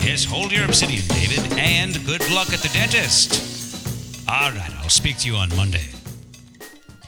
Yes, hold your obsidian, David, and good luck at the dentist. All right, I'll speak to you on Monday.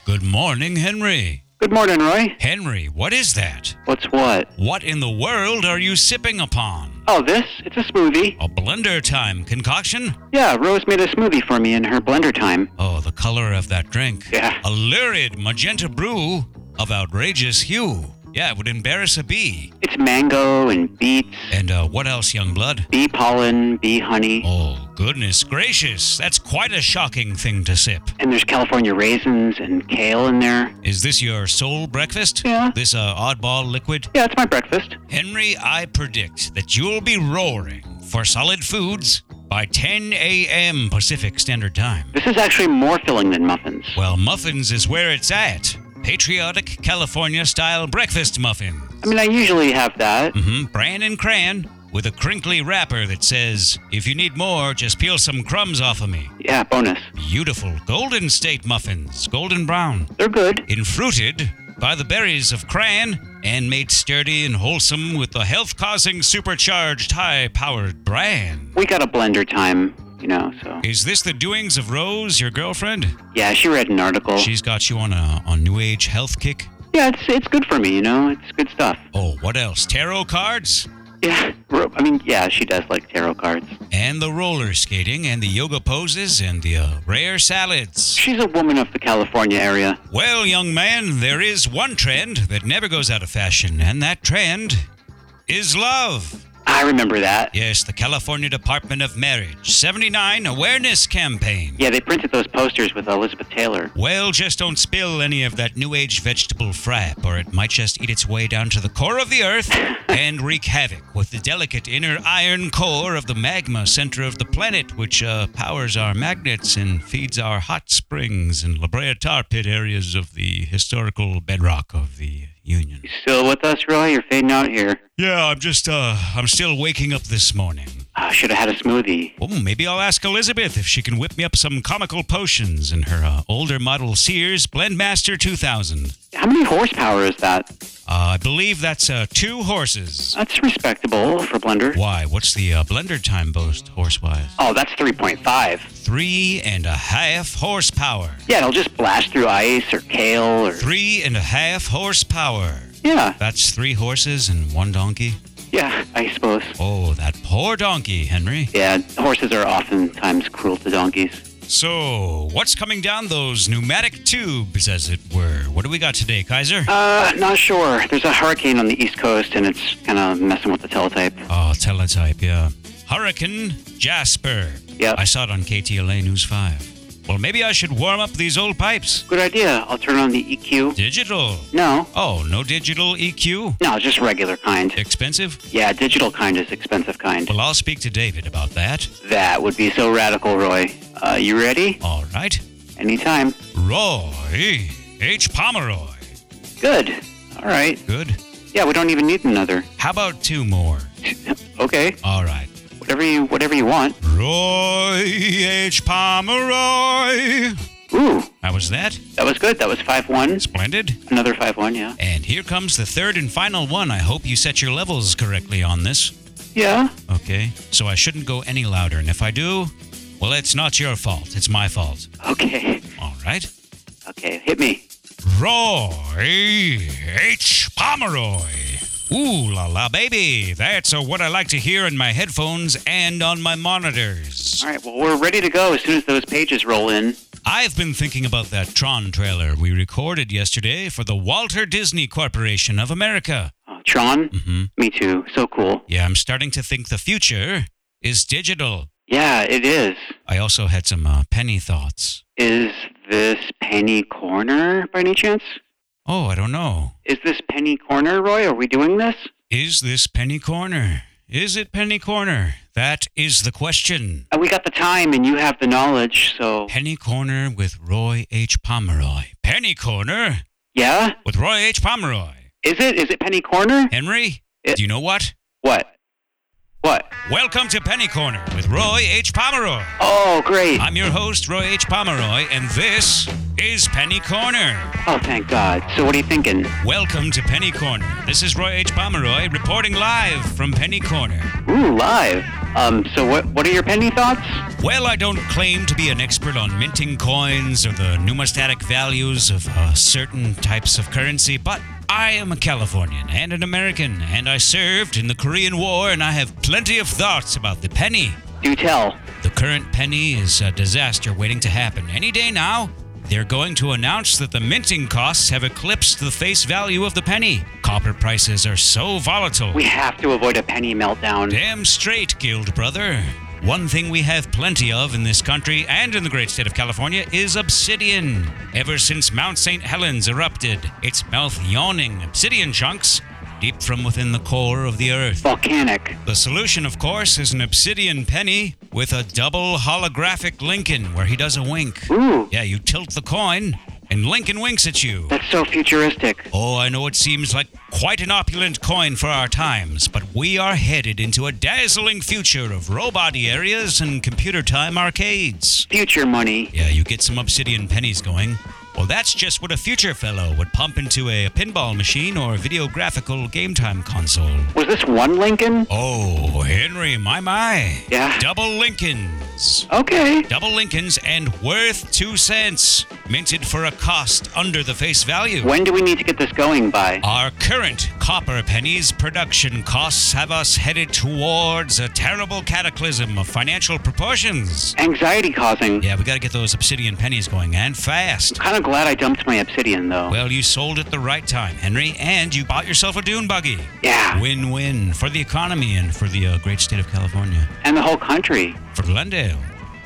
Good morning, Henry. Good morning, Roy. Henry, what is that? What's what? What in the world are you sipping upon? Oh, this? It's a smoothie. A blender time concoction? Yeah, Rose made a smoothie for me in her blender time. Oh, the color of that drink. Yeah. A lurid magenta brew of outrageous hue. Yeah, it would embarrass a bee. It's mango and beets, And uh, what else, young blood? bee pollen, bee honey, Oh, goodness gracious. That's quite a shocking thing to sip. and there's California raisins and kale in there. Is this your sole breakfast? Yeah. This uh, oddball liquid? Yeah, it's my breakfast. Henry, I predict that you'll be roaring for solid foods by 10 a.m. Pacific Standard Time. This is actually more filling than muffins. Well, muffins is where it's at. Patriotic California style breakfast muffin. I mean, I usually have that. hmm Bran and cran with a crinkly wrapper that says, if you need more, just peel some crumbs off of me. Yeah, bonus. Beautiful Golden State muffins, golden brown, They're good. infruited by the berries of cran and made sturdy and wholesome with the health causing supercharged high powered bran. We got a blender time, you know, so. Is this the doings of Rose, your girlfriend? Yeah, she read an article. She's got you on a on new age health kick. Yeah, it's, it's good for me, you know? It's good stuff. Oh, what else? Tarot cards Yeah, Ro- I mean, yeah, she does like tarot cards. and the roller skating and the yoga poses and the uh, rare salads. She's a woman of the California area. Well, young man, there is one trend that never goes out of fashion, and that trend is love. I remember that. Yes, the California Department of Marriage 79 Awareness Campaign. Yeah, they printed those posters with Elizabeth Taylor. Well, just don't spill any of that new age vegetable frap, or it might just eat its way down to the core of the earth and wreak havoc with the delicate inner iron core of the magma center of the planet, which uh, powers our magnets and feeds our hot springs and La Brea tar pit areas of the historical bedrock of the Union. You still with us, Roy? You're fading out here. Yeah, I'm just, uh, I'm still waking up this morning. I should have had a smoothie. Oh, maybe I'll ask Elizabeth if she can whip me up some comical potions in her uh, older model Sears Blendmaster 2000. How many horsepower is that? Uh, I believe that's uh, two horses. That's respectable for blender. Why? What's the uh, blender time boast horse-wise? Oh, that's 3.5. Three and a half horsepower. Yeah, it'll just blast through ice or kale or. Three and a half horsepower. Yeah, That's three horses and one donkey. yeah, I suppose. Oh, that poor donkey, Henry. Yeah, horses are oftentimes cruel to donkeys. So, what's coming down those pneumatic tubes, as it were? What do we got today, Kaiser? Uh, not sure. There's a hurricane on the East Coast and it's kind of messing with the teletype. Oh, teletype, yeah. Hurricane Jasper. Yep. I saw it on KTLA News 5. Well, maybe I should warm up these old pipes. Good idea. I'll turn on the EQ. Digital. No, Oh, no digital EQ? no, just regular kind. Expensive? Yeah, digital kind is expensive kind. Well, I'll speak to David about that. That would be so radical, Roy. Uh, you ready? All right. Anytime. Roy H. Pomeroy. Good. All right. Good. Yeah, we don't even need another. How about two more? Okay. All right. Whatever you whatever you want. Roy H. Pomeroy. Ooh, How was that? that was good. That was five one. Splendid. Another five one. Yeah. And here comes the third and final one. I hope you set your levels correctly on this. Yeah. Okay. So I shouldn't go any louder. And if I do, well, it's not your fault. It's my fault. Okay. All right. Okay. Hit me. Roy H. Pomeroy. Ooh la la, baby. That's uh what I like to hear in my headphones and on my monitors. All right. Well, we're ready to go as soon as those pages roll in. I've been thinking about that Tron trailer we recorded yesterday for the Walter Disney Corporation of America. Oh, Tron. hmm Me too. So cool. Yeah, I'm starting to think the future is digital. Yeah, it is. I also had some uh, penny thoughts. Is this Penny Corner by any chance? Oh, I don't know. Is this Penny Corner, Roy? Are we doing this? Is this Penny Corner? Is it Penny Corner? That is the question. Uh, we got the time, and you have the knowledge. So Penny Corner with Roy H. Pomeroy. Penny Corner yeah. with Roy H. Pomeroy. Is it? Is it Penny Corner? Henry, Yeah. do you know what? What? What? Welcome to Penny Corner with Roy H. Pomeroy. Oh, great. I'm your host, Roy H. Pomeroy, and this is Penny Corner. Oh, thank God. So, what are you thinking? Welcome to Penny Corner. This is Roy H. Pomeroy reporting live from Penny Corner. Ooh, live. Um, so what what are your penny thoughts? Well, I don't claim to be an expert on minting coins or the numismatic values of uh, certain types of currency, but I am a Californian and an American, and I served in the Korean War, and I have plenty of thoughts about the penny. Do tell. The current penny is a disaster waiting to happen. Any day now, they're going to announce that the minting costs have eclipsed the face value of the penny. Copper prices are so volatile. We have to avoid a penny meltdown. Damn straight, Guild Brother. One thing we have plenty of in this country and in the great state of California is obsidian. Ever since Mount St. Helens erupted, its mouth yawning obsidian chunks deep from within the core of the earth. Volcanic. The solution, of course, is an obsidian penny with a double holographic Lincoln where he does a wink. Ooh, Yeah, you tilt the coin, and Lincoln winks at you. that's so futuristic. Oh, I know it seems like quite an opulent coin for our times, but we are headed into a dazzling future of robot areas and computer time arcades. Future money. Yeah, you get some obsidian pennies going. Well, that's just what a future fellow would pump into a pinball machine or video graphical game time console. Was this one Lincoln? Oh, Henry, my, my. Yeah. Double Lincolns. Okay. Double Lincolns and worth two cents, minted for a cost under the face value. When do we need to get this going by? Our current copper pennies production costs have us headed towards a terrible cataclysm of financial proportions. Anxiety causing. Yeah, we gotta get those obsidian pennies going and fast. Kind of glad I dumped my obsidian though. Well, you sold at the right time, Henry, and you bought yourself a dune buggy. yeah. Win win for the economy and for the uh, great state of California, And the whole country. for Glendale.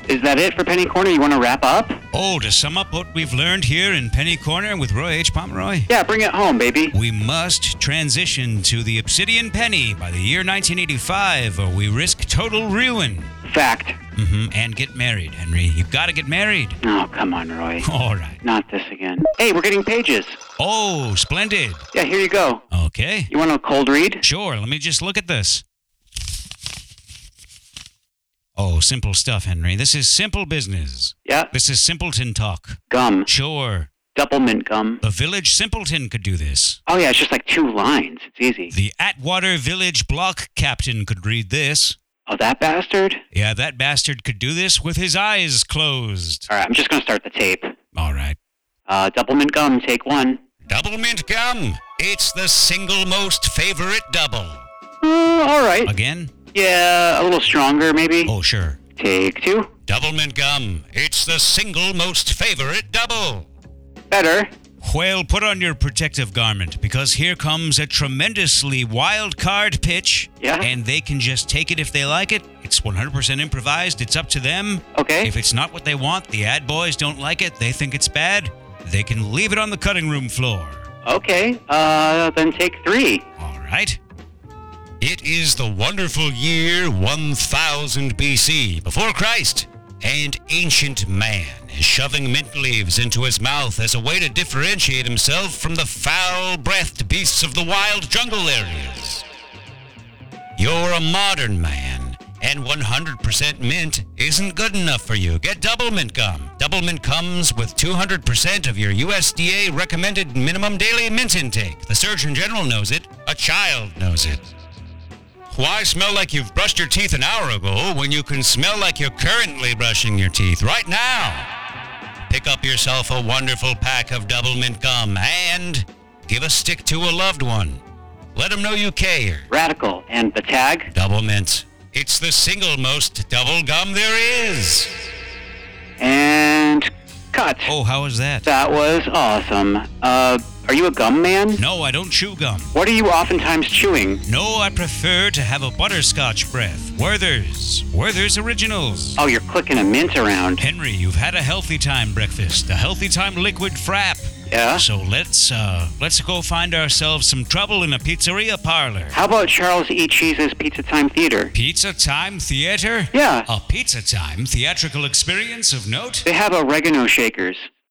Is that it for Penny Corner? You want to wrap up? Oh, to sum up what we've learned here in Penny Corner with Roy H. Pomeroy. Yeah, bring it home, baby. We must transition to the obsidian penny by the year 1985, or we risk total ruin. Fact. hmm And get married, Henry. You've got to get married. Oh, come on, Roy. All right. Not this again. Hey, we're getting pages. Oh, splendid. Yeah, here you go. Okay. You want a cold read? Sure. Let me just look at this. Oh, simple stuff, Henry. This is simple business. Yeah. This is simpleton talk. Gum. Sure. Double mint gum. The village simpleton could do this. Oh, yeah, it's just like two lines. It's easy. The Atwater Village block captain could read this. Oh, that bastard? Yeah, that bastard could do this with his eyes closed. All right, I'm just going to start the tape. All right. Uh, double mint gum, take one. Double mint gum. It's the single most favorite double. Uh, all right. Again? Yeah, a little stronger, maybe. Oh, sure. Take two. Double mint gum. It's the single most favorite double. Better. Well, put on your protective garment because here comes a tremendously wild card pitch. Yeah. And they can just take it if they like it. It's 100% improvised. It's up to them. Okay. If it's not what they want, the ad boys don't like it, they think it's bad, they can leave it on the cutting room floor. Okay. Uh, then take three. All right. It is the wonderful year 1000 BC, before Christ, and ancient man is shoving mint leaves into his mouth as a way to differentiate himself from the foul breathed beasts of the wild jungle areas. You're a modern man, and 100% mint isn't good enough for you. Get double mint gum. Double mint comes with 200% of your USDA recommended minimum daily mint intake. The Surgeon General knows it, a child knows it. Why smell like you've brushed your teeth an hour ago when you can smell like you're currently brushing your teeth right now? Pick up yourself a wonderful pack of double mint gum and give a stick to a loved one. Let them know you care. Radical. And the tag. Double mint. It's the single most double gum there is. And cut. Oh, how is that? That was awesome. Uh, are you a gum man? No, I don't chew gum. What are you oftentimes chewing? No, I prefer to have a butterscotch breath. Werther's. Werther's Originals. Oh, you're clicking a mint around. Henry, you've had a healthy time breakfast, a healthy time liquid frap. Yeah? So let's uh let's go find ourselves some trouble in a pizzeria parlor. How about Charles E. Cheese's Pizza Time Theater? Pizza Time Theater? Yeah. A Pizza Time theatrical experience of note? They have oregano shakers.